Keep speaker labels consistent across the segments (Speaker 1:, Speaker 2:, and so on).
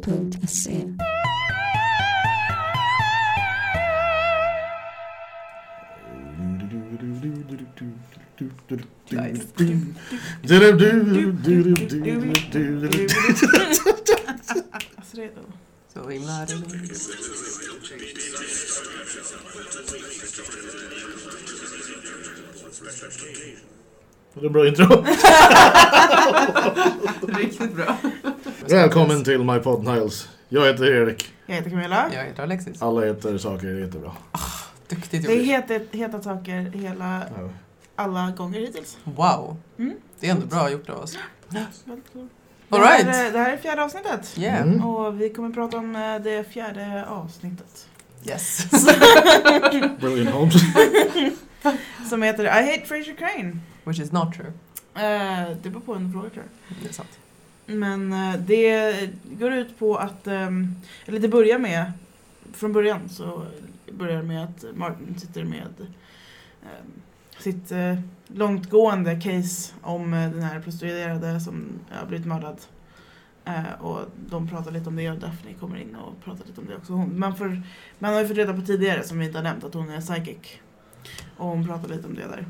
Speaker 1: planeten.se.
Speaker 2: Alltså det är den.
Speaker 3: Så himla roligt.
Speaker 4: Det är en bra intro.
Speaker 3: Riktigt bra.
Speaker 4: Välkommen till My Pod Niles. Jag heter Erik.
Speaker 2: Jag heter Camilla.
Speaker 3: Jag heter Alexis.
Speaker 4: Alla heter saker jättebra.
Speaker 3: Duktigt
Speaker 2: Det är
Speaker 3: gjort.
Speaker 2: heta, heta saker hela,
Speaker 4: Ja.
Speaker 2: alla gånger hittills.
Speaker 3: Wow.
Speaker 2: Mm.
Speaker 3: Det är ändå bra gjort av oss.
Speaker 2: Väldigt kul.
Speaker 3: All
Speaker 2: Det här-
Speaker 3: right.
Speaker 2: Det här är fjärde avsnittet.
Speaker 3: Yeah.
Speaker 4: Mm.
Speaker 2: Och vi kommer prata om eh, det fjärde avsnittet.
Speaker 3: Yes.
Speaker 4: Brilliant Holmes.
Speaker 2: Som heter I hate Fraser Crane.
Speaker 3: Which is not true.
Speaker 2: Eh, det beror på en fråga tror jag.
Speaker 3: Det är sant.
Speaker 2: Men eh, det går ut på att, ehm, eller det börjar med, från början så börjar det med att Martin sitter med ehm, sitt eh, långtgående case om eh, den här prostituerade som har blivit mördad. Eh, och de pratar lite om det och Daphne kommer in och pratar lite om det också. Hon, man, får, man har ju fått reda på tidigare, som vi inte har nämnt, att hon är psychic. Och hon pratar lite om det där.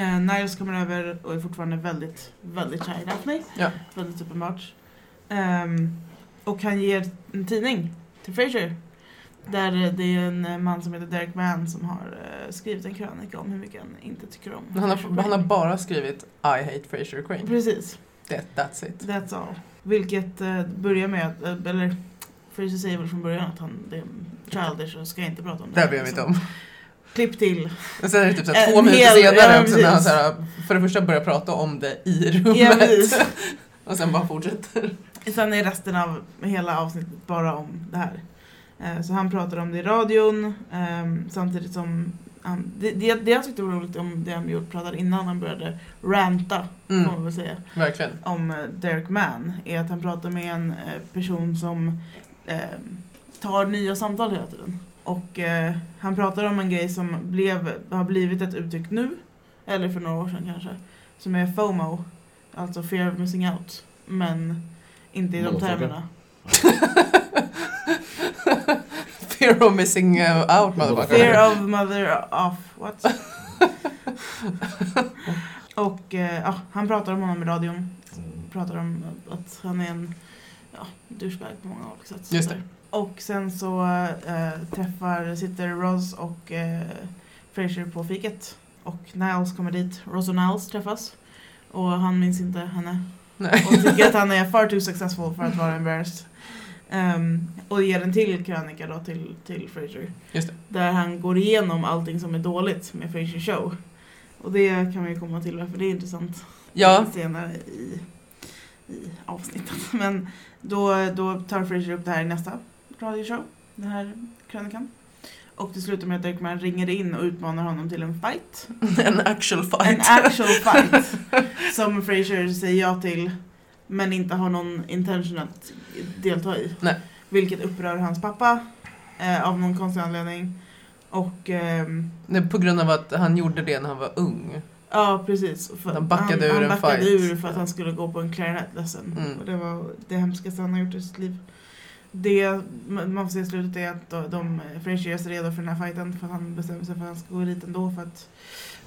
Speaker 2: Eh, Niles kommer över och är fortfarande väldigt, väldigt kär i Daphne.
Speaker 3: Ja.
Speaker 2: Väldigt uppenbart. Ehm, och han ger en tidning till Fraser. Där det är en man som heter Derek Mann som har eh, skrivit en krönika om hur mycket han inte tycker om.
Speaker 3: Han har, han har bara skrivit I hate Fraser Crane.
Speaker 2: Precis.
Speaker 3: That, that's it.
Speaker 2: That's all. Vilket eh, börjar med att, eh, eller Fraser säger väl från början att han det är childish och ska inte prata om det.
Speaker 3: Det här bryr jag mig inte om.
Speaker 2: Klipp till.
Speaker 3: Och sen är det typ såhär
Speaker 2: En
Speaker 3: två minuter
Speaker 2: hel-
Speaker 3: senare
Speaker 2: ja,
Speaker 3: också när han
Speaker 2: precis.
Speaker 3: såhär, för det första börjar prata om det i
Speaker 2: Ja,
Speaker 3: rummet.
Speaker 2: precis.
Speaker 3: och sen bara fortsätter.
Speaker 2: Sen är resten av hela avsnittet bara om det här. Eh, Så han pratar om det i radion ehm, samtidigt som han, det, det, det jag tyckte var roligt om det han gjort pratade innan han började ranta,
Speaker 3: Mm.
Speaker 2: får man väl säga,
Speaker 3: Verkligen.
Speaker 2: om eh, Derek Mann är att han pratar med en eh, person som eh, tar nya samtal hela tiden. Och eh, han pratar om en grej som blev, har blivit ett uttryck nu, eller för några år sedan kanske, som är FOMO, alltså fear of missing out, men inte i de
Speaker 4: Motherfucker.
Speaker 2: termerna.
Speaker 3: Fear of missing uh, out motherfucker.
Speaker 2: Fear of mother of what? Och eh, ja, han pratar om honom i radion pratar om att han är en ja, douchebag på många olika sätt.
Speaker 3: Just det.
Speaker 2: Och sen så eh, träffar, sitter Ross och eh, Fraser på fiket. Och Niles kommer dit. Ross och Niles träffas. Och han minns inte henne.
Speaker 3: Nej.
Speaker 2: Och tycker att han är far too successful för att vara embarrassed. Ehm, och ger en till krönika då till, till Fraser.
Speaker 3: Just det.
Speaker 2: Där han går igenom allting som är dåligt med Frasers show. Och det kan vi ju komma till varför det är intressant
Speaker 3: Ja,
Speaker 2: senare i, i avsnittet. Men då, då tar Fraser upp det här i nästa radioshow, den här krönikan. Och det slutar med att Dirk Mann ringer in och utmanar honom till en fight.
Speaker 3: en actual fight.
Speaker 2: En actual fight. som Fraser säger ja till men inte har någon intention att delta i.
Speaker 3: Nej.
Speaker 2: Vilket upprör hans pappa eh, av någon konstig anledning. Och ehm,
Speaker 3: Nej, på grund av att han gjorde det när han var ung.
Speaker 2: Ja, precis. För-
Speaker 3: Han backade ur
Speaker 2: han
Speaker 3: en
Speaker 2: backade
Speaker 3: fight.
Speaker 2: ur för att han skulle gå på en clarinet-lesson.
Speaker 3: Mm.
Speaker 2: Och det var det hemskaste han har gjort i sitt liv. Det man man får se i slutet är att de, de Frazier gör sig redo för den här fighten för han bestämmer sig för att han ska gå dit ändå för att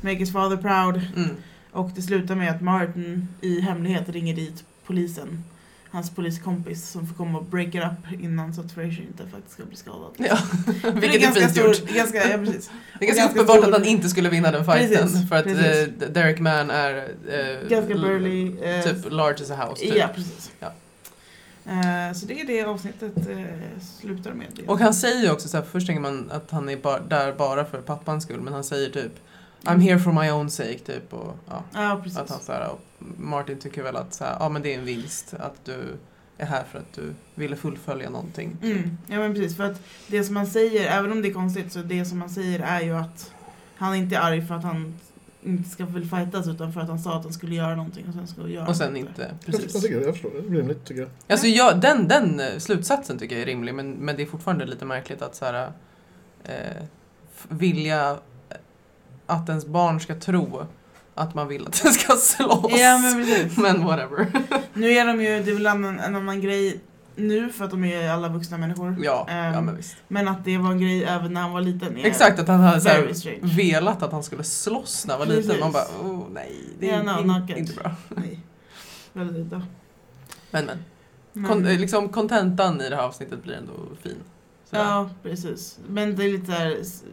Speaker 2: make his father proud.
Speaker 3: Mm.
Speaker 2: Och det slutar med att Martin i hemlighet ringer dit polisen. Hans poliskompis som får komma och break it up innan så att Frazier inte faktiskt ska bli skadad.
Speaker 3: Ja,
Speaker 2: För det
Speaker 3: vilket är
Speaker 2: ganska
Speaker 3: fint gjort.
Speaker 2: stor- Ganska, ja, precis.
Speaker 3: Det är ganska
Speaker 2: ganska
Speaker 3: uppenbart
Speaker 2: stor-
Speaker 3: att han inte skulle vinna den fighten.
Speaker 2: Precis,
Speaker 3: för att
Speaker 2: precis.
Speaker 3: eh, D- Derek Mann är... eh,
Speaker 2: Ganska
Speaker 3: l-
Speaker 2: burly. eh,
Speaker 3: Typ large as a house. Typ.
Speaker 2: Ja, precis.
Speaker 3: Ja.
Speaker 2: Eh, så det är det avsnittet eh, slutar med. Det.
Speaker 3: Och han säger ju också så här, först tänker man att han är bara, där bara för pappans skull. Men han säger typ I'm here for my own sake. Typ, och, ja,
Speaker 2: Ja, precis.
Speaker 3: att han, så här, och Martin tycker väl att så här, ja, men det är en vinst att du är här för att du ville fullfölja någonting.
Speaker 2: Mm. Ja, men precis. För att det som man säger, även om det är konstigt, så det som man säger är ju att han inte är arg för att han inte ska väl fightas utan för att han sa att han skulle göra någonting och sen ska han göra
Speaker 3: Och sen
Speaker 2: något.
Speaker 3: inte.
Speaker 4: Jag
Speaker 3: Precis.
Speaker 4: tycker det, jag förstår det. Det är rimligt tycker jag.
Speaker 3: Alltså jag, den, den eh, slutsatsen tycker jag är rimlig men, men det är fortfarande lite märkligt att så här, eh, f- vilja att ens barn ska tro att man vill att den ska slåss.
Speaker 2: Ja, men precis.
Speaker 3: Men whatever.
Speaker 2: Nu är de ju, det är väl en, annan- en annan grej nu för att de är alla vuxna människor.
Speaker 3: Ja,
Speaker 2: Ehm,
Speaker 3: ja men visst.
Speaker 2: Men att det var en grej även när han var liten. är-
Speaker 3: Exakt, att han hade så
Speaker 2: Very
Speaker 3: här,
Speaker 2: strange.
Speaker 3: velat att han skulle slåss när han var liten.
Speaker 2: Precis.
Speaker 3: Man bara, oh, nej, det är
Speaker 2: Ja, no,
Speaker 3: in-
Speaker 2: not good.
Speaker 3: inte bra.
Speaker 2: Nej. Väldigt udda.
Speaker 3: Men men,
Speaker 2: Men-
Speaker 3: Kon- eh, liksom kontentan i det här avsnittet blir ändå fin. Så,
Speaker 2: Ja, precis. Men det är lite såhär, s-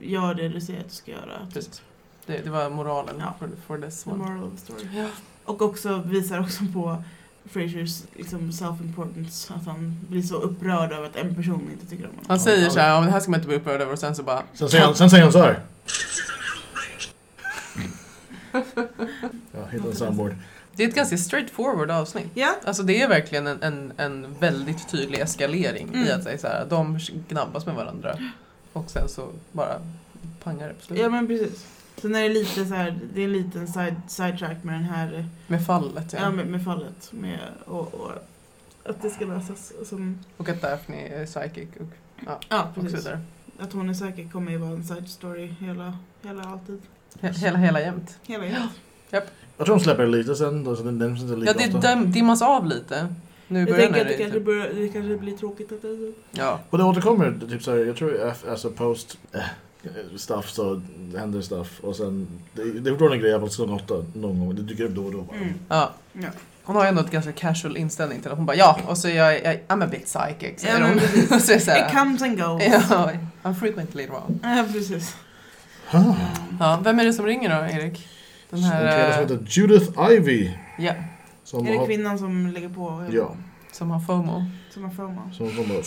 Speaker 2: gör det du säger att du ska göra. typ.
Speaker 3: Precis. Det, det var moralen
Speaker 2: Ja.
Speaker 3: for, for this
Speaker 2: The
Speaker 3: one.
Speaker 2: moral of the story.
Speaker 3: Ja.
Speaker 2: Och också visar också på Frasers liksom, self-importance, att han blir så upprörd över att en person inte tycker om honom.
Speaker 3: Han säger så här, ja, men det här ska man inte bli upprörd över och sen så bara...
Speaker 4: Sen säger han, sen säger han så här. Ja, hitta en soundboard.
Speaker 3: Det är ett ganska straightforward avsnitt.
Speaker 2: Ja,
Speaker 3: Alltså det är verkligen en, en, en väldigt tydlig eskalering i
Speaker 2: Mm.
Speaker 3: att säga så här, de gnabbas med varandra och sen så bara pangar det på slutet.
Speaker 2: ja men precis. Sen är det lite så här, det är en liten side, sidetrack med den här, eh,
Speaker 3: Med fallet ja.
Speaker 2: ja, med, med fallet med, och, och att det ska lösas. och Som,
Speaker 3: Och att Daphne är psychic och,
Speaker 2: ja,
Speaker 3: och så
Speaker 2: precis.
Speaker 3: vidare.
Speaker 2: Att hon är säker kommer ju vara en side story hela, hela alltid.
Speaker 3: He- Hela, hela jämt.
Speaker 2: Hela, hela.
Speaker 4: Jag tror de släpper det lite sen, då, så den nämns inte lika
Speaker 3: Ja, det
Speaker 4: ofta.
Speaker 3: dim, dimmas av lite. Nu
Speaker 2: Jag
Speaker 3: börjar
Speaker 2: tänker
Speaker 3: när
Speaker 2: att det
Speaker 3: det
Speaker 2: kanske,
Speaker 3: typ,
Speaker 2: börjar, det kanske blir tråkigt att det är
Speaker 3: Ja,
Speaker 4: Och det återkommer, typ såhär, jag tror eh, alltså post eh, stuff så händer stuff och sen, det, det är fortfarande en grej på säsong 8 någon gång, det dyker upp då och då bara.
Speaker 2: Mm.
Speaker 3: ja.
Speaker 2: Ja.
Speaker 3: Hon har ju ändå ett ganska casual inställning till att hon bara ja, och så är jag, jag I'm a bit psychic.
Speaker 2: Ja,
Speaker 3: Säger
Speaker 2: men
Speaker 3: hon.
Speaker 2: precis.
Speaker 3: och så är det så
Speaker 2: It
Speaker 3: här,
Speaker 2: comes and goes.
Speaker 3: ja, I'm frequently wrong.
Speaker 2: Ja, precis.
Speaker 4: Huh.
Speaker 3: Ja, vem är det som ringer då, Erik? Den här...
Speaker 4: en kvinna
Speaker 3: eh,
Speaker 4: som heter Judith Ivy.
Speaker 3: Ja.
Speaker 4: Som
Speaker 2: är det
Speaker 4: har-
Speaker 2: kvinnan som lägger på?
Speaker 4: Ja.
Speaker 3: Som har FOMO.
Speaker 2: Som har FOMO?
Speaker 4: Som som bara...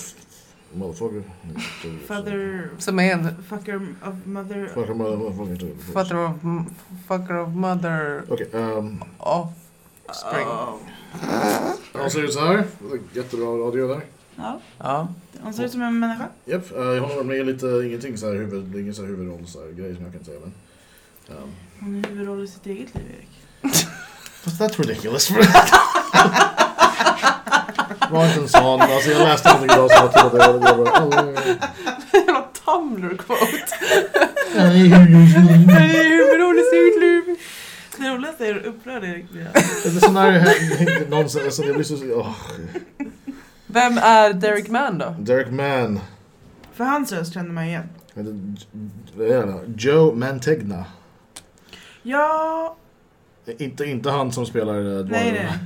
Speaker 4: Motherfucker. Nej, det är-
Speaker 2: Father...
Speaker 3: Som är en
Speaker 2: Fucker of mother...
Speaker 4: Fucker, motherfucker.
Speaker 3: father of, m- fucker of mother
Speaker 4: Okej, ehm,
Speaker 3: of... Spring.
Speaker 2: Oh.
Speaker 4: han ser ut så här. Jättebra radio där.
Speaker 2: Ja,
Speaker 3: Ja.
Speaker 2: hon ser ut som en människa.
Speaker 4: Japp, eh, jag håller med lite, ingenting så här huvud, ingen så här huvudroll så här, grej som jag kan säga men. ehm,
Speaker 2: Hon är huvudroll i sitt eget liv, Erik.
Speaker 4: But that's ridiculous. Var inte en sån. Alltså jag läste någonting idag som jag trodde jag hade jobbat.
Speaker 3: Jävla Tumblr-quote.
Speaker 2: Det roligaste är hur upprörd Erik blir.
Speaker 4: Det är sån här nonsens. Alltså det blir så... åh.
Speaker 3: Vem är Derek Mann då?
Speaker 4: Derek Mann.
Speaker 2: För hans röst känner man igen.
Speaker 4: Vad är det? Joe Mantegna.
Speaker 2: Ja...
Speaker 4: Inte, inte han som spelar eh, Dwarven.
Speaker 2: Nej, nej.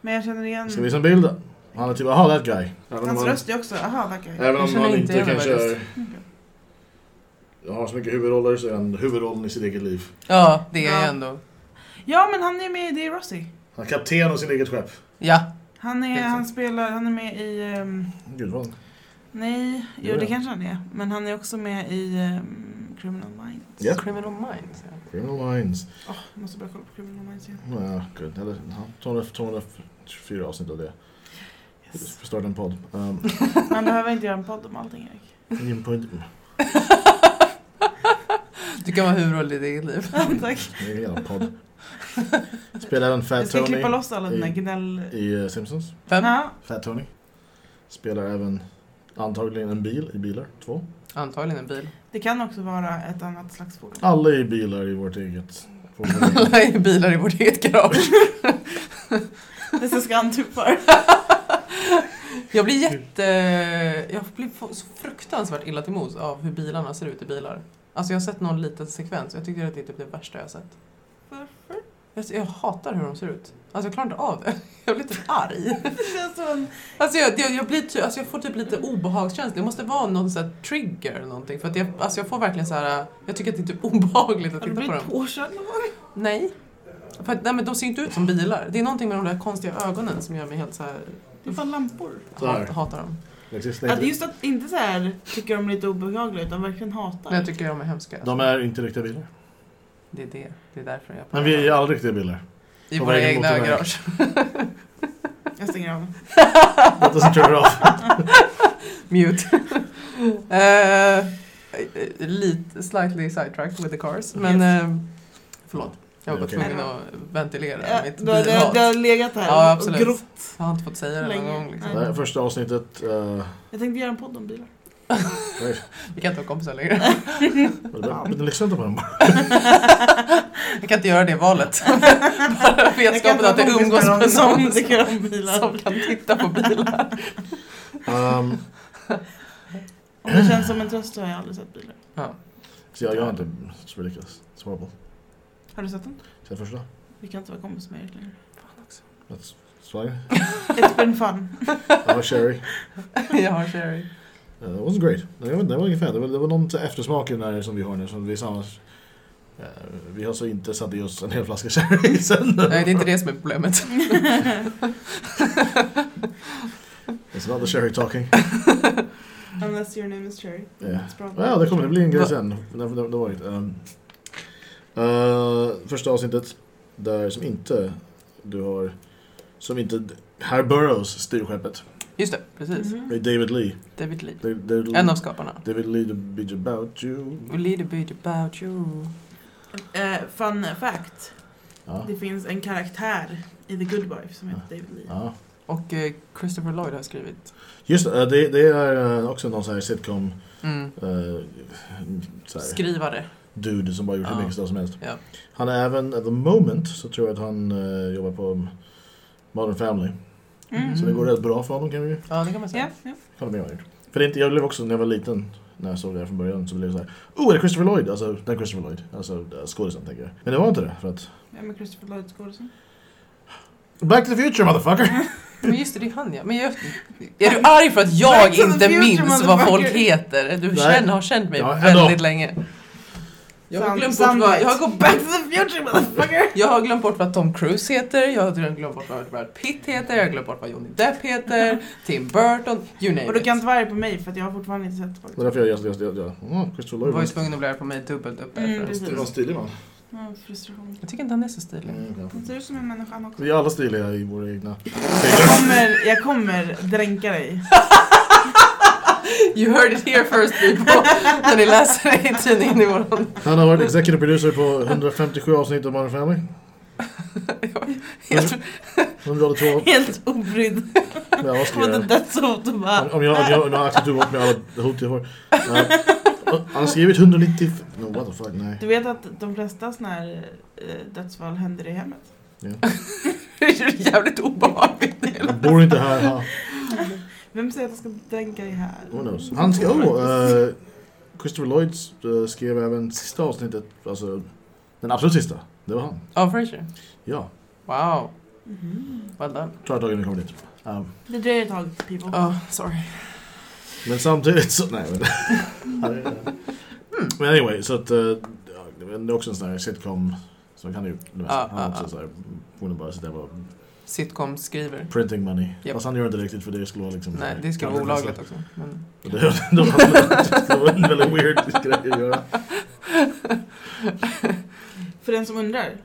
Speaker 2: Men jag känner igen...
Speaker 4: Ska vi visa en bild? Han är typ, aha that guy. Även om
Speaker 2: Hans
Speaker 4: han-
Speaker 2: röst är också... Aha, verkar jag.
Speaker 4: Även om
Speaker 3: Jag känner
Speaker 4: han
Speaker 3: inte
Speaker 4: inte
Speaker 3: igen
Speaker 4: kanske
Speaker 3: honom
Speaker 4: är, har så mycket huvudroller så är han huvudrollen i sitt eget liv.
Speaker 3: Ja, det är
Speaker 2: Ja.
Speaker 3: jag ändå.
Speaker 2: Ja, men han är med i The Rossi.
Speaker 4: Han är kapten av sitt eget skepp.
Speaker 3: Ja.
Speaker 2: Han är,
Speaker 3: Exakt.
Speaker 2: han spelar, han är med i... ehm,
Speaker 4: Gud vad.
Speaker 2: nej, jo
Speaker 4: Jo,
Speaker 2: det
Speaker 4: ja.
Speaker 2: kanske han är. Men han är också med i ehm, Criminal Minds.
Speaker 4: Ja.
Speaker 3: Criminal Minds. ja.
Speaker 4: Criminal Minds.
Speaker 2: Åh, jag måste börja kolla på Criminal Minds igen.
Speaker 4: Ja, gud. Eller, han tar det- tar det fyra avsnitt av det.
Speaker 2: Yes.
Speaker 4: För starta en podd. Um,
Speaker 2: Man behöver inte göra en podd om allting Erik.
Speaker 4: in på,
Speaker 3: Du kan vara huvudroll i ditt eget liv.
Speaker 2: Tack.
Speaker 4: en jävla podd. Spelar även
Speaker 2: Jag
Speaker 4: Fat
Speaker 2: ska klippa
Speaker 4: Tony
Speaker 2: loss alla dina gnäll...
Speaker 4: i eh, Simpsons.
Speaker 3: Vem?
Speaker 2: Ja,
Speaker 4: Fat Tony. Spelar även antagligen en bil i bilar. Två.
Speaker 3: Antagligen en bil.
Speaker 2: det kan också vara ett annat slags fordon.
Speaker 4: Alla i bilar i vårt eget. på vår egen-
Speaker 3: Alla är bilar i vårt eget garage.
Speaker 2: Det är ska han typ för.
Speaker 3: Jag blir jätte... Jag blir få- så fruktansvärt illa till mods av hur bilarna ser ut i bilar. Alltså jag har sett någon liten sekvens och jag tycker att det är typ det värsta jag har sett.
Speaker 2: Varför?
Speaker 3: Jag, jag hatar hur de ser ut. Alltså jag klarar inte av det. Jag blir typ arg.
Speaker 2: Det känns som en...
Speaker 3: Alltså jag, jag, jag, blir ty, alltså jag får typ lite obehagskänsla. Det måste vara någon sån här trigger eller någonting. För att jag, alltså jag får verkligen så här. Jag tycker att det är typ obehagligt att
Speaker 2: Har du
Speaker 3: titta på
Speaker 2: blivit
Speaker 3: dem.
Speaker 2: påkörd någon gång?
Speaker 3: Nej. För att, nej men de ser ju inte ut som bilar. Det är någonting med de där konstiga ögonen som gör mig helt så här.
Speaker 2: Det är fan lampor.
Speaker 4: Så här.
Speaker 3: Hat, hatar dem.
Speaker 4: Existerar
Speaker 2: Att
Speaker 4: inte.
Speaker 2: just att inte så här tycker de är lite obehagliga utan verkligen hatar.
Speaker 3: Nej, jag tycker de är hemska.
Speaker 4: De är inte riktiga bilar.
Speaker 3: Det är det. Det är därför jag
Speaker 4: Men vi är ju alla riktiga bilar.
Speaker 3: I
Speaker 4: på
Speaker 3: våra
Speaker 4: vägen mot
Speaker 3: egna
Speaker 4: en väg.
Speaker 3: garage.
Speaker 2: Jag stänger av.
Speaker 4: That doesn't turn it off.
Speaker 3: Mute. Eh, lite, slightly sidetracked with the cars. Men
Speaker 2: Yes.
Speaker 3: eh, förlåt. Jag var bara
Speaker 4: Okej.
Speaker 3: tvungen att ventilera
Speaker 2: Ja,
Speaker 3: mitt
Speaker 2: du, har- du, har-
Speaker 3: bilhat.
Speaker 2: du har legat här
Speaker 3: Ja,
Speaker 2: och
Speaker 3: absolut.
Speaker 2: grott.
Speaker 3: Jag har inte fått säga det någon
Speaker 2: Länge.
Speaker 3: gång. Liksom.
Speaker 4: Det här första avsnittet. eh,
Speaker 2: Jag tänkte göra en podd om bilar.
Speaker 3: Vi kan inte vara kompisar längre.
Speaker 4: Men det lyssnar inte på den bara.
Speaker 3: Jag kan inte göra det valet. Bara vetskapen att det umgås med
Speaker 2: som
Speaker 3: någon
Speaker 2: tycker
Speaker 3: som,
Speaker 2: om bilar.
Speaker 3: som kan titta på bilar.
Speaker 4: Ehm,
Speaker 2: Om det känns som en tröst så har jag aldrig sett bilar.
Speaker 4: så jag, jag har inte så mycket att svara på.
Speaker 2: Har du sett den?
Speaker 4: Sen första.
Speaker 2: Vi kan inte vara kompisar med er längre.
Speaker 4: That's fine.
Speaker 2: It's been fun.
Speaker 4: Jag har sherry.
Speaker 3: Jag har Sherry.
Speaker 4: Uh, it wasn't great. Nej, Jag vet inte, det var ingen fan. Det var, det var någon så här eftersmak i den här som vi har nu som vi samlas. Eh, vi har så inte satt i oss en hel flaska sherry sen.
Speaker 3: Nej, det är inte det som är problemet.
Speaker 4: It's not the sherry talking.
Speaker 2: Unless your name is Cherry.
Speaker 4: Yeah.
Speaker 2: It's probably-
Speaker 4: Ja, det kommer det bli en grej
Speaker 3: Va-
Speaker 4: sen. Det, det, det var det. Ehm, eh, första avsnittet där som inte du har som inte Herr Burroughs styr skeppet.
Speaker 3: Just det, precis.
Speaker 4: Det är
Speaker 2: Mhm.
Speaker 4: David Lee.
Speaker 3: David Lee.
Speaker 4: David, David Lee.
Speaker 3: En av skaparna.
Speaker 4: David Lee the bitch about you.
Speaker 3: A little bit about you.
Speaker 2: Eh, fun fact.
Speaker 4: Ja.
Speaker 2: Det finns en karaktär i The Good Wife som heter
Speaker 4: Ja.
Speaker 2: David Lee.
Speaker 4: ja.
Speaker 3: Och eh, Christopher Lloyd har skrivit.
Speaker 4: Just det, eh, det, det är eh, också någon sån här sitcom
Speaker 3: Mm.
Speaker 4: eh, så här,
Speaker 3: Skrivare.
Speaker 4: dude som bara gjort hur
Speaker 3: Ja.
Speaker 4: mycket stuff som helst.
Speaker 3: Ja.
Speaker 4: Han är även, at the moment, så tror jag att han eh, jobbar på Modern Family.
Speaker 2: Mm.
Speaker 4: Så det går rätt bra för honom kan vi ju
Speaker 3: Ja, det kan man
Speaker 2: Ja,
Speaker 3: säga.
Speaker 2: ja.
Speaker 4: kolla med gjort. För det är inte, jag blev också, när jag var liten, när jag såg det här från början, så blev jag så här, Oh, är det Christopher Lloyd? Alltså, den Christopher Lloyd. Alltså, eh, skådisen tänker jag. Men det var inte det, för att...
Speaker 2: Vem är Christopher Lloyd skådisen?
Speaker 4: Back to the future motherfucker!
Speaker 3: Men just det, det är han ja. Men jag, är du arg för att jag
Speaker 2: Back to the
Speaker 3: inte
Speaker 2: future,
Speaker 3: minns vad
Speaker 2: motherfucker.
Speaker 3: folk heter? Du
Speaker 4: Nej.
Speaker 3: känner, har känt mig
Speaker 4: Ja, ändå.
Speaker 3: väldigt länge. Jag har
Speaker 2: Sam-
Speaker 3: glömt bort
Speaker 2: Sam
Speaker 3: vad...
Speaker 2: White.
Speaker 3: Jag har gått
Speaker 2: Back
Speaker 3: back
Speaker 2: to the future motherfucker!
Speaker 3: Jag har glömt bort vad Tom Cruise heter, jag har glömt bort vad Brad Pitt heter, jag har glömt bort vad Johnny Depp heter, Tim Burton, you name
Speaker 2: Och du
Speaker 3: it.
Speaker 2: kan inte vara arg på mig för att jag har fortfarande inte sett
Speaker 4: det är
Speaker 2: faktiskt.
Speaker 4: därför jag, jag, jag, jag, jag oh, Christopher
Speaker 3: Du
Speaker 4: Lloyd.
Speaker 3: var ju tvungen att bli arg på mig dubbelt upp
Speaker 2: Mm,
Speaker 3: mm,
Speaker 2: precis.
Speaker 4: Det var en stilig man.
Speaker 2: Ja, frustration.
Speaker 3: Jag tycker inte han är så stilig.
Speaker 4: Mm, ja.
Speaker 2: Han ser ut som en människa han också.
Speaker 4: Vi är alla stiliga i våra egna
Speaker 2: Jag kommer, jag kommer dränka dig.
Speaker 3: You heard it here first people, när ni läser det i tidningen imorgon.
Speaker 4: Han har varit Ah, executive producer på 157 avsnitt av Modern Family.
Speaker 3: Jag tror-
Speaker 4: 102.
Speaker 2: Helt obrydd.
Speaker 4: Ja, vad ska jag
Speaker 2: Mot
Speaker 4: göra?
Speaker 2: ett dödshot och
Speaker 4: Om-
Speaker 2: bara...
Speaker 4: Om jag, om jag, om jag axlat ur bort med alla hot jag får. Eh, han har skrivit 190... No, Nou, what the fuck, nej.
Speaker 2: Du vet att de flesta såna här eh, dödsfall händer i hemmet?
Speaker 3: Det är ju jävligt obehagligt.
Speaker 4: Jag bor inte här. Ha.
Speaker 2: Vem säger att jag ska dränka dig här? Mm.
Speaker 4: Who knows? Han ska... Oh, eh, Christopher Lloyd eh, skrev även sista avsnittet, alltså den absolut sista. Det var han.
Speaker 3: Ja, Frasier.
Speaker 4: Ja,
Speaker 3: Wow,
Speaker 2: Mhm.
Speaker 3: well done.
Speaker 4: tar ett tag innan vi kommer dit. Eh,
Speaker 2: Det dröjer ett tag, people.
Speaker 3: Oh, sorry.
Speaker 4: men samtidigt så... Nej, men...
Speaker 3: Mm.
Speaker 4: Men anyway, så att... eh, ja, men det är också en sån här sitcom som kan ju det mesta.
Speaker 3: Ja,
Speaker 4: han är
Speaker 3: ja,
Speaker 4: också
Speaker 3: ja.
Speaker 4: så här, borde bara sitta och
Speaker 3: Sitcom skriver.
Speaker 4: printing money.
Speaker 3: Japp.
Speaker 4: Fast han gör inte riktigt för det skulle vara liksom...
Speaker 3: Nej, det skulle vara olagligt också. Men...
Speaker 4: Det, det var en väldigt weird grej att göra.
Speaker 2: För den som undrar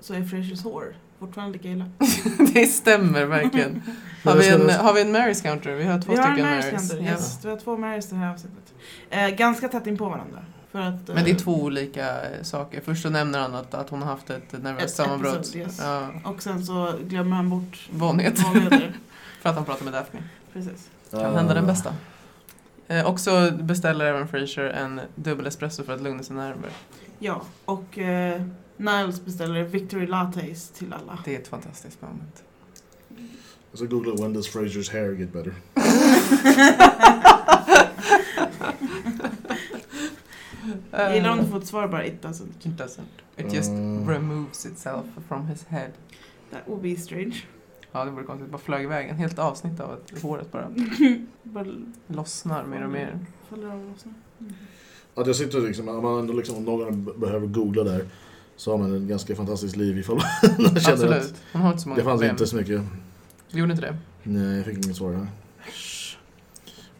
Speaker 2: så är Frasiers hår fortfarande lika illa.
Speaker 3: Det stämmer verkligen. Har vi, en, har vi en Marys counter? Vi har två
Speaker 2: Vi har en
Speaker 3: stycken
Speaker 2: Marys
Speaker 3: Marys.
Speaker 2: Counter,
Speaker 3: Ja.
Speaker 2: yes. Vi har två Marys i det här avsnittet. Eh, ganska tätt in på varandra. För att, eh,
Speaker 3: Men det är två olika eh, saker. Först så nämner han att, att hon har haft ett
Speaker 2: Ett
Speaker 3: nervöst sammanbrott.
Speaker 2: episode, yes.
Speaker 3: Ja,
Speaker 2: Och sen så glömmer han bort
Speaker 3: vanhet.
Speaker 2: vanligheter.
Speaker 3: För att han pratar med Daphne.
Speaker 2: Precis.
Speaker 3: Kan hända den bästa. Eh, och så beställer även Frasier en dubbel espresso för att lugna sina nerver.
Speaker 2: Ja, och eh, Niles beställer Victory Lattes till alla.
Speaker 3: Det är ett fantastiskt moment.
Speaker 4: Eh, Så googla when does Frasers hair get better.
Speaker 2: Jag gillar om du får ett alltså. svar bara it doesn't.
Speaker 3: It doesn't. It just
Speaker 4: Mm.
Speaker 3: removes itself from his head.
Speaker 2: That would be strange.
Speaker 3: Ja, det vore konstigt. Det bara flög iväg. En helt avsnitt av att håret bara
Speaker 2: bara
Speaker 3: lossnar mer och mer.
Speaker 2: faller av och lossnar. Mm.
Speaker 4: Att jag sitter liksom, om man ändå liksom, om någon b- behöver googla där så har man en ganska fantastiskt liv ifall man känner att
Speaker 3: Absolut. Hon har inte så många
Speaker 4: det fanns
Speaker 3: problem.
Speaker 4: inte så mycket.
Speaker 3: Det gjorde inte det.
Speaker 4: Nej, jag fick inget svar här.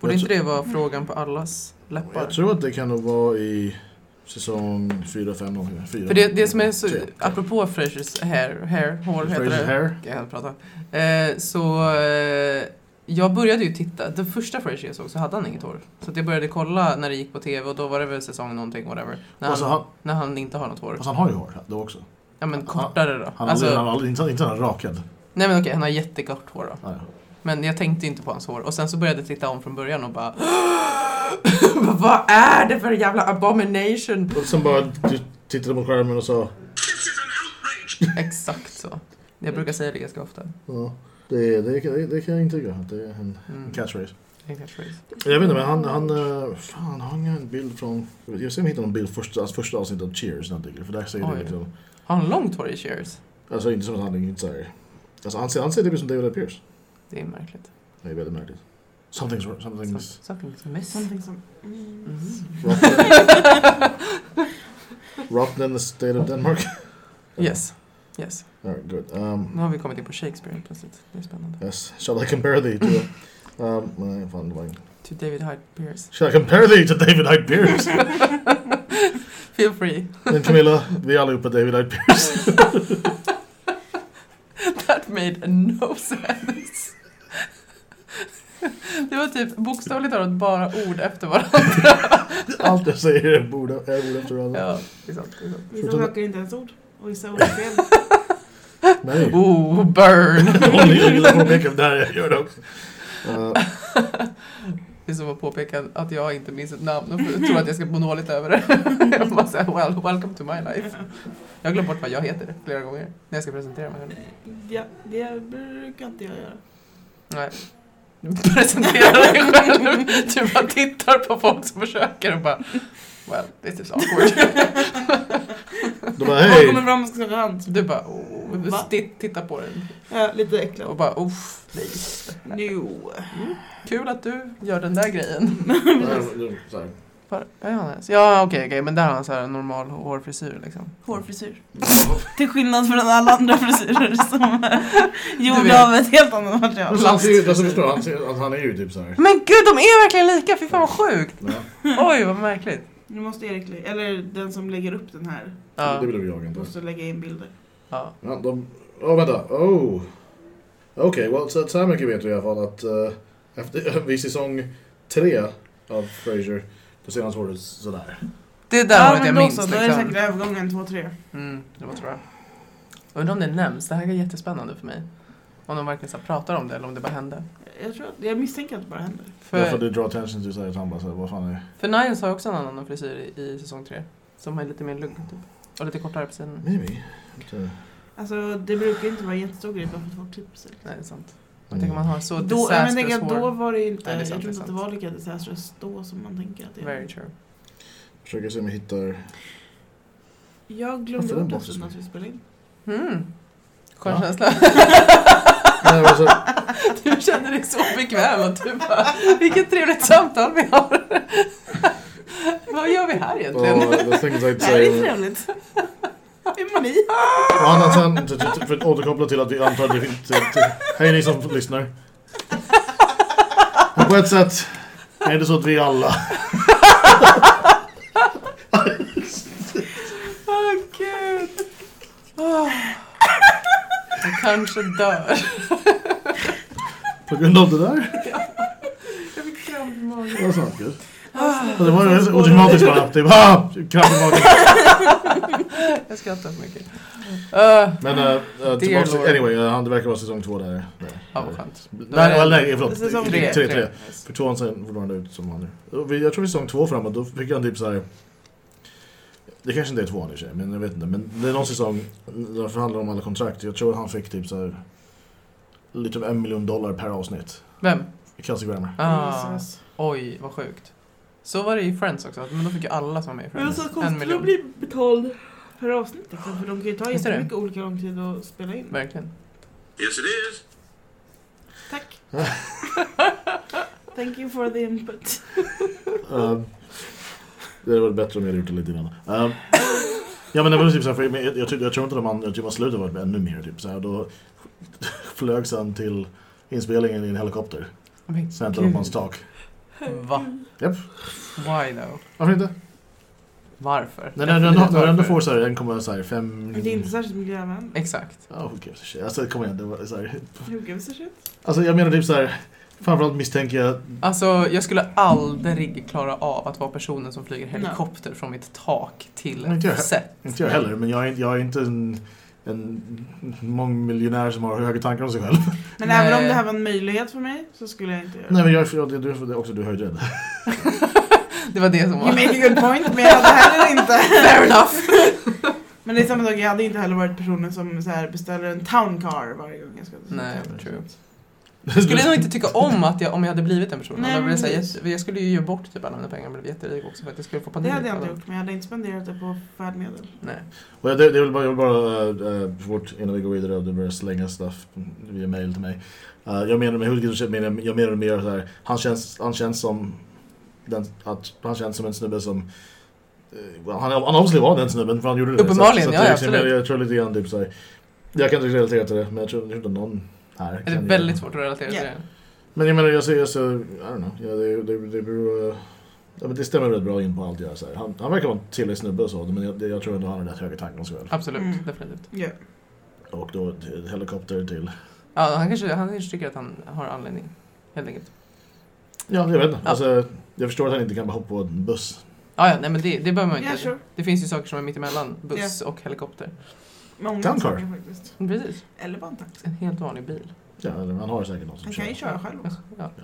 Speaker 3: Borde
Speaker 4: Jag
Speaker 3: inte det vara frågan på allas läppar?
Speaker 4: Jag tror att det kan nog vara i säsong 4, 5, någonting. Fyra.
Speaker 3: För det, det som är så,
Speaker 4: Tre.
Speaker 3: apropå Frasiers hair, hair, hår heter
Speaker 4: typ, Frasers
Speaker 3: det.
Speaker 4: hair.
Speaker 3: Kan jag prata. Eh, så eh, jag började ju titta, den första Frasier jag såg så hade han inget hår. Så att jag började kolla när det gick på tv och då var det väl säsong någonting, whatever. När han,
Speaker 4: Alltså, han,
Speaker 3: när han inte har något hår.
Speaker 4: alltså, han har ju hår då också.
Speaker 3: Ja men kortare då.
Speaker 4: Han har
Speaker 3: Alltså,
Speaker 4: aldrig, han har aldrig, inte, inte han rakad.
Speaker 3: nej men okej, han har jättekort hår då.
Speaker 4: Ah, ja.
Speaker 3: Men jag tänkte inte på hans hår. Och sen så började jag titta om från början och bara... Vad är det för jävla abomination?
Speaker 4: Och sen bara du tittade på skärmen och sa
Speaker 3: Exakt så. Jag brukar säga det ganska ofta.
Speaker 4: ja, det, det, det, det kan jag intyga. Det är en
Speaker 3: Mm.
Speaker 4: catchphrase.
Speaker 3: En catchphrase.
Speaker 4: Jag vet inte men han, han eh, fan har han en bild från, jag ser om jag hittar någon bild första, alltså första avsnittet av Cheers när han dyker för där säger
Speaker 3: Oj.
Speaker 4: det liksom,
Speaker 3: Har han långt hår i Cheers?
Speaker 4: alltså inte som att han är inte såhär, alltså han ser, han ser typ ut som David Pierce.
Speaker 3: Det är märkligt.
Speaker 4: Det är väldigt märkligt. Something's, wrong- something's
Speaker 3: So- Something's amiss.
Speaker 2: Någonting som... Mm.
Speaker 3: Mm.
Speaker 4: rotten in the state of Denmark.
Speaker 3: Yes. Yes.
Speaker 4: All right, good. Um,
Speaker 3: Nu har vi kommit in på Shakespeare helt plötsligt. Det är spännande.
Speaker 4: yes, shall I compare thee to, um, nej, fan, det var ingen-
Speaker 3: To David Hyde Pierce.
Speaker 4: shall I compare thee to David Hyde Pierce?
Speaker 3: Feel free.
Speaker 4: Men Camilla, vi är allihopa David Hyde Pierce.
Speaker 3: That made no sense. Det var typ bokstavligt talat bara ord efter varandra.
Speaker 4: Allt jag säger är borde, är borde efter varandra.
Speaker 3: Ja, det är sant. Det är sant.
Speaker 2: Vissa saker är inte ens ord. Och vissa ord är fel.
Speaker 4: Nej.
Speaker 3: Oh, burn!
Speaker 4: Om ni gillar påpeka det här, jag gör det också. Uh,
Speaker 3: Det är som att påpeka att jag inte minns ett namn och tror att jag ska må dåligt över det. Jag bara säger well, welcome to my life. Jag har glömt bort vad jag heter flera gånger när jag ska presentera mig.
Speaker 2: Ja, det brukar inte jag göra.
Speaker 3: Nej. Presentera dig själv. Du bara tittar på folk som försöker och bara Well, this is awkward.
Speaker 4: då bara
Speaker 2: Hey. kommer
Speaker 4: hej!
Speaker 2: fram och ska skaka hand.
Speaker 3: Du bara oh, du
Speaker 2: Va?
Speaker 3: sti- tittar på den
Speaker 2: Ja, lite äcklad.
Speaker 3: och bara uff, nej.
Speaker 2: Jo.
Speaker 3: Kul att du gör den där grejen.
Speaker 4: Sorry.
Speaker 3: Var är han ens? Ja, okej, okej, men där har han så här en normal hårfrisyr liksom.
Speaker 2: Hårfrisyr. Till skillnad från alla andra frisyrer som är
Speaker 3: Du
Speaker 2: gjorda
Speaker 3: vet.
Speaker 2: av ett helt annat material.
Speaker 4: Men samtidigt, alltså förstår du, han, ser- att han är ju typ såhär.
Speaker 3: Men gud, de är verkligen lika! Fy fan vad sjukt!
Speaker 4: Ja,
Speaker 3: Oj, vad märkligt.
Speaker 2: Nu måste Erik, lä- eller den som lägger upp den här,
Speaker 3: Ja,
Speaker 4: Det blir väl jag inte.
Speaker 2: måste lägga in bilder.
Speaker 3: ja.
Speaker 4: Ja, de... Åh, vänta. Oh. Okej, well, så, så här mycket vet vi i alla fall att eh, efter, vid säsong tre av Frasier, då ser hans hår ut sådär.
Speaker 3: Det är där
Speaker 2: ja,
Speaker 3: håret jag
Speaker 2: då
Speaker 3: minns
Speaker 2: så,
Speaker 3: liksom.
Speaker 2: Då är det säkert övergången 2-3.
Speaker 3: Mm, det var tror jag. Undrar om det nämns. Det här är jättespännande för mig. Om de verkligen så här pratar om det eller om det bara hände.
Speaker 2: Jag, tror att, jag misstänker att det bara händer.
Speaker 4: Därför att
Speaker 3: För,
Speaker 4: det drar attention till såhär, att han bara såhär, vad fan är...
Speaker 3: för Niles har också en annan frisyr i, i säsong tre. Som är lite mer lugn typ. Och lite kortare på sidorna.
Speaker 4: Mimi? Inte-
Speaker 2: Alltså det brukar ju inte vara en jättestor grej bara för att folk typ klipper sig.
Speaker 3: Nej, det är sant. Jag tänker om man har så
Speaker 2: Då, ja, men tänk
Speaker 3: disastrous
Speaker 2: att då
Speaker 3: hår.
Speaker 2: var det ju inte,
Speaker 3: Nej, det är sant,
Speaker 2: jag
Speaker 3: det
Speaker 2: tror
Speaker 3: är
Speaker 2: inte att det
Speaker 3: sant.
Speaker 2: var lika disastrous då som man tänker att det är.
Speaker 3: Very true.
Speaker 4: Försöker se om jag hittar...
Speaker 2: Jag
Speaker 4: Varför
Speaker 2: glömde
Speaker 4: den
Speaker 2: bort
Speaker 4: boxen?
Speaker 2: det när vi spelade in.
Speaker 3: Mm. Skön
Speaker 4: Ja.
Speaker 3: känsla.
Speaker 4: Nej, men alltså, så,
Speaker 3: Du känner dig så bekväm att du bara, vilket trevligt samtal vi har. Vad gör vi här egentligen?
Speaker 4: oh, the things I'd
Speaker 2: Det här är
Speaker 4: say...
Speaker 2: trevligt. är ni?
Speaker 4: Å andra sidan, t- t- för att återkoppla till att vi antar att det finns... t- t- Hej ni som lyssnar. På ett sätt är det så att vi alla...
Speaker 3: Åh gud. Åh. Jag kanske dör.
Speaker 4: På grund av det där?
Speaker 3: Jag fick kramp i magen.
Speaker 4: Det var snart kul.
Speaker 2: Ah.
Speaker 4: Och Det var
Speaker 3: Alltså,
Speaker 4: ju automatiskt bara typ ah! Krabb i magen.
Speaker 3: Jag skrattar för mycket. Uh,
Speaker 4: Men eh, eh,
Speaker 3: Dear
Speaker 4: tillbaka till,
Speaker 3: Lord.
Speaker 4: anyway, eh, han det verkar vara säsong två där. Nej, Eh,
Speaker 3: ja, vad skönt.
Speaker 4: nej, nej, nej förlåt.
Speaker 2: Säsong
Speaker 4: tre,
Speaker 2: tre,
Speaker 4: tre, tre. För tvåan ser fortfarande ut som han nu. Och vi- Jag tror i säsong två framåt, då fick han typ så här. Det kanske inte är tvåan i och för sig, men jag vet inte. Men det är någon säsong, där förhandlar om alla kontrakt. Jag tror att han fick typ så här. Lite över en miljon dollar per avsnitt.
Speaker 3: Vem?
Speaker 2: Mm,
Speaker 4: Kelsey Grammer.
Speaker 3: Ah,
Speaker 2: Jesus.
Speaker 3: oj, vad sjukt. Så var det i Friends också, men då fick ju alla som var med i
Speaker 2: Men
Speaker 3: Friends
Speaker 2: alltså konstigt att bli betald per avsnitt också, för de kan ju ta
Speaker 3: Visst är det?
Speaker 2: jättemycket olika lång tid att spela in.
Speaker 3: Verkligen.
Speaker 1: Yes, it is.
Speaker 2: Tack. Thank you for the input.
Speaker 4: Ehm, det hade varit bättre om jag hade gjort det lite innan. Ehm, ja men det var typ såhär, för jag, jag, jag, jag tror inte att man, jag tror att slutet var ännu mer typ såhär. Då flögs han till inspelningen i en helikopter.
Speaker 3: Men
Speaker 4: Sen hämtade de
Speaker 2: Mm.
Speaker 3: gud.
Speaker 4: upp hans tak.
Speaker 3: Va?
Speaker 4: Japp.
Speaker 3: Why though?
Speaker 4: Varför inte?
Speaker 3: Varför?
Speaker 4: När den
Speaker 3: Definitivt
Speaker 4: ändå- när den ändå
Speaker 3: varför.
Speaker 4: får såhär 1,5...
Speaker 2: Men det är inte särskilt miljövänligt.
Speaker 3: Exakt.
Speaker 4: Ja, who gives a shit. Alltså kom igen, det var såhär.
Speaker 2: Who gives a shit?
Speaker 4: Alltså jag menar typ såhär. Framförallt misstänker jag...
Speaker 3: Alltså, jag skulle aldrig klara av att vara personen som flyger helikopter från mitt tak till
Speaker 4: Inte jag.
Speaker 3: ett set.
Speaker 4: Inte jag heller, men jag är, jag är inte en, en en mångmiljonär som har höga tankar om sig själv.
Speaker 2: Men
Speaker 3: Nej.
Speaker 2: även om det här var en möjlighet för mig så skulle jag inte göra
Speaker 4: Nej
Speaker 2: det.
Speaker 4: men jag är för- det är du- det är också du är höjdrädd.
Speaker 3: Det var det som
Speaker 2: You
Speaker 3: var...
Speaker 2: make a good point, men jag hade heller inte...
Speaker 3: Fair enough!
Speaker 2: Men det är samma sak, jag hade inte heller varit personen som så här beställer en town car varje gång jag ska till
Speaker 3: Nej,
Speaker 2: tävling.
Speaker 3: true. Jag skulle nog inte tycka om att jag, om jag hade blivit den personen.
Speaker 2: Nej,
Speaker 3: Nej,
Speaker 2: men
Speaker 3: jag, säga,
Speaker 2: precis.
Speaker 3: jag skulle ju ge bort typ alla mina pengar och bli jätterik också för att jag skulle få
Speaker 2: Det
Speaker 3: panik.
Speaker 2: hade jag inte
Speaker 3: av-
Speaker 2: gjort, men jag hade inte spenderat det på färdmedel.
Speaker 3: Nej.
Speaker 4: Och jag, det, det är väl bara, jag vill bara eh, eh, fort innan vi går vidare och du börjar slänga stuff via mail till mig. Eh, jag menar med Hultgren, jag menar, jag menar mer så här, han känns, han känns som den, att, han känns som en snubbe som eh, han, han obviously var den snubben för han gjorde det.
Speaker 3: Uppenbarligen,
Speaker 4: att
Speaker 3: ja,
Speaker 4: det-
Speaker 3: absolut.
Speaker 4: Jag, jag tror lite grann typ så här, jag kan inte relatera till det men jag tror jag tror inte någon här
Speaker 3: Det är
Speaker 4: kan
Speaker 3: väldigt
Speaker 4: göra
Speaker 3: svårt att relatera till
Speaker 2: Ja.
Speaker 3: det.
Speaker 4: Men jag menar, jag ser, jag ser I don't know, ja, det, det, det beror... eh, Ja, men det stämmer rätt bra in på allt jag gör. Så här. Han, han verkar vara en trevlig snubbe och så, men jag, det- jag tror ändå han har rätt höga tankar om sig själv.
Speaker 3: Absolut,
Speaker 2: Mm.
Speaker 3: definitivt.
Speaker 2: Ja.
Speaker 4: Och då till- helikopter till...
Speaker 3: Ja, han, kanske, han kanske tycker att han har anledning, helt enkelt.
Speaker 4: Ja, jag vet inte.
Speaker 3: Ja.
Speaker 4: Alltså, jag förstår att han inte kan bara hoppa på en buss.
Speaker 3: Ja, ja, nej men det, det behöver man inte.
Speaker 2: Ja, sure.
Speaker 3: Det finns ju saker som är mittemellan, buss och helikopter.
Speaker 2: Många
Speaker 4: Town car.
Speaker 2: saker faktiskt.
Speaker 3: Men Precis,
Speaker 2: Eller bara en taxi.
Speaker 3: en helt vanlig bil.
Speaker 4: Ja, eller han har säkert någon som
Speaker 2: Han kan ju köra själv också.
Speaker 3: Ja.
Speaker 4: Ja.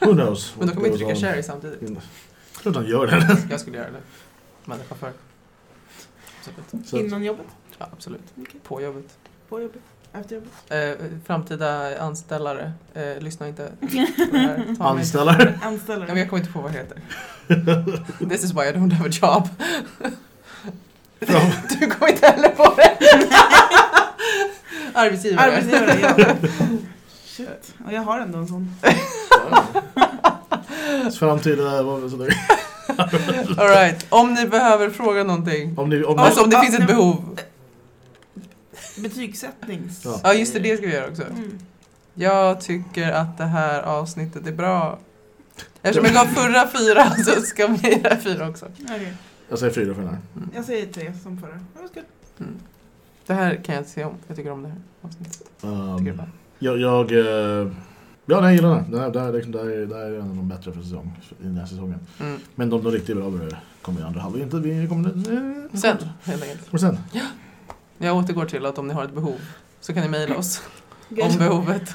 Speaker 4: Who knows?
Speaker 3: Men då kommer
Speaker 4: what
Speaker 3: vi trycka
Speaker 4: goes on.
Speaker 3: share samtidigt.
Speaker 4: Jag tror inte han gör det.
Speaker 3: Jag skulle göra det. Men jag är chaufför. Absolut.
Speaker 4: Så, att-
Speaker 2: Innan jobbet,
Speaker 3: Ja, absolut.
Speaker 2: Okej.
Speaker 3: På jobbet.
Speaker 2: på jobbet, efter jobbet.
Speaker 3: Eh, framtida anställare, eh, lyssna inte på det här. Ta mig.
Speaker 4: anställare.
Speaker 3: Ja, men
Speaker 2: Anställare.
Speaker 3: jag kommer inte på vad det heter. This is why I don't have a job. Du kommer inte heller på det. Arbetsgivare.
Speaker 2: Arbetsgivare, ja. Shit. Och jag har ändå en sån.
Speaker 4: Framtida... vad- sådär.
Speaker 3: All right. Om ni behöver fråga någonting.
Speaker 4: Om ni... Om
Speaker 3: Alltså om det
Speaker 2: Ja,
Speaker 3: finns ett
Speaker 2: nej.
Speaker 3: behov.
Speaker 2: Betygsättnings...
Speaker 4: Ja.
Speaker 3: Ja just det, det ska vi göra också.
Speaker 2: Mm.
Speaker 3: Jag tycker att det här avsnittet är bra. Eftersom jag gav förra fyra så ska vi göra fyra också.
Speaker 2: Okej.
Speaker 4: Jag säger fyra för den här.
Speaker 2: Jag säger tre som förra. Det var kul.
Speaker 3: Mm. Det här kan jag se om. Jag tycker om det här avsnittet. Jag tycker det är
Speaker 4: Um,
Speaker 3: bra.
Speaker 4: Jag... jag eh, ja, nej, jag gillar den. Den här, det, här, är liksom- det, här, är- det här är en av de bättre för säsong, i den här säsongen.
Speaker 3: Mm.
Speaker 4: Men de, de riktigt bra börjar kommer i andra halvlek. Inte vi kommer... eh,
Speaker 3: Sen, helt enkelt.
Speaker 4: Och sen?
Speaker 3: Jag återgår till att om ni har ett behov så kan ni mejla oss om behovet.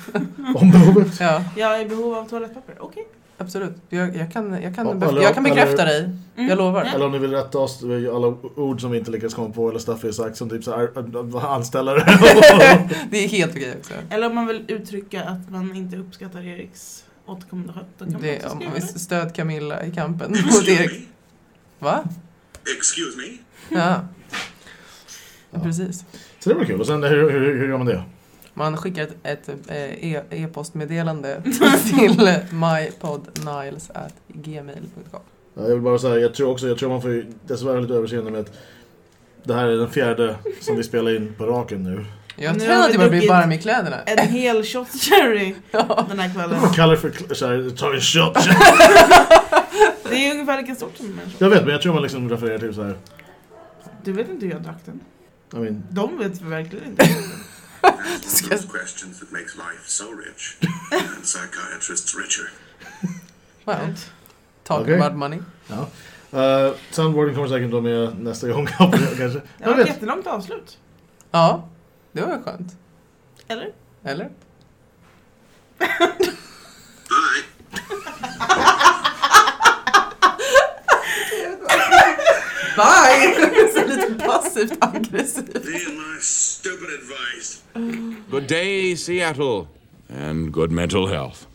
Speaker 4: Om behovet.
Speaker 3: Ja,
Speaker 2: Jag är i behov av toalettpapper. Okej.
Speaker 3: absolut. Jag, jag, kan, jag, kan,
Speaker 4: Ja,
Speaker 3: bef-
Speaker 4: eller-
Speaker 3: jag kan bekräfta
Speaker 4: eller-
Speaker 3: dig. Jag lovar.
Speaker 4: Eller om ni vill rätta oss, det är ju alla ord som vi inte lyckas komma på eller stuff vi har sagt som typ så här, äh, äh, anställare.
Speaker 3: det är helt okej också.
Speaker 2: Eller om man vill uttrycka att man inte uppskattar Eriks återkommande skämt. Då kan man
Speaker 3: Det,
Speaker 2: också
Speaker 3: om
Speaker 2: skriva
Speaker 3: vi
Speaker 2: det.
Speaker 3: stöd Camilla i kampen mot Erik. Va?
Speaker 1: Excuse me?
Speaker 3: Ja,
Speaker 4: Ja.
Speaker 3: precis.
Speaker 4: Så det var kul. Och sen hur, hur, hur gör man det?
Speaker 3: Man skickar ett, ett eh, e- e-postmeddelande till mypodniles.gmail.com.
Speaker 4: Ja, Jag vill bara säga, jag tror också, jag tror man får ju dessvärre ha lite överseende med att det här är den fjärde som vi spelar in på raken nu.
Speaker 3: Jag
Speaker 2: Nu
Speaker 3: tror
Speaker 2: har
Speaker 3: att
Speaker 2: vi
Speaker 3: jag börjar bli
Speaker 2: druckit
Speaker 3: varm i kläderna.
Speaker 2: En hel shot cherry
Speaker 3: Ja.
Speaker 2: den här kvällen.
Speaker 4: Man kallar det för såhär, ta en shot.
Speaker 2: Det är ungefär lika stort som en shot.
Speaker 4: Jag vet, men jag tror man liksom refererar till såhär,
Speaker 2: Du vet inte hur jag drack den.
Speaker 4: I mean,
Speaker 2: De vet verkligen inte.
Speaker 1: It's those questions that makes life so rich. and psychiatrists richer.
Speaker 3: Wow. Talk
Speaker 4: Okej.
Speaker 3: about money.
Speaker 4: ja. Uh, soundboarden kommer säkert vara med nästa gång kanske.
Speaker 2: Det
Speaker 4: Jag
Speaker 2: var ett
Speaker 4: vet.
Speaker 2: jättelångt avslut.
Speaker 3: Ja, det var ju skönt.
Speaker 2: Eller?
Speaker 3: Eller?
Speaker 1: Bye.
Speaker 3: Bye! Så lite passivt aggressivt.
Speaker 1: Me and my stupid advice.
Speaker 5: Good day, Seattle, and good mental health.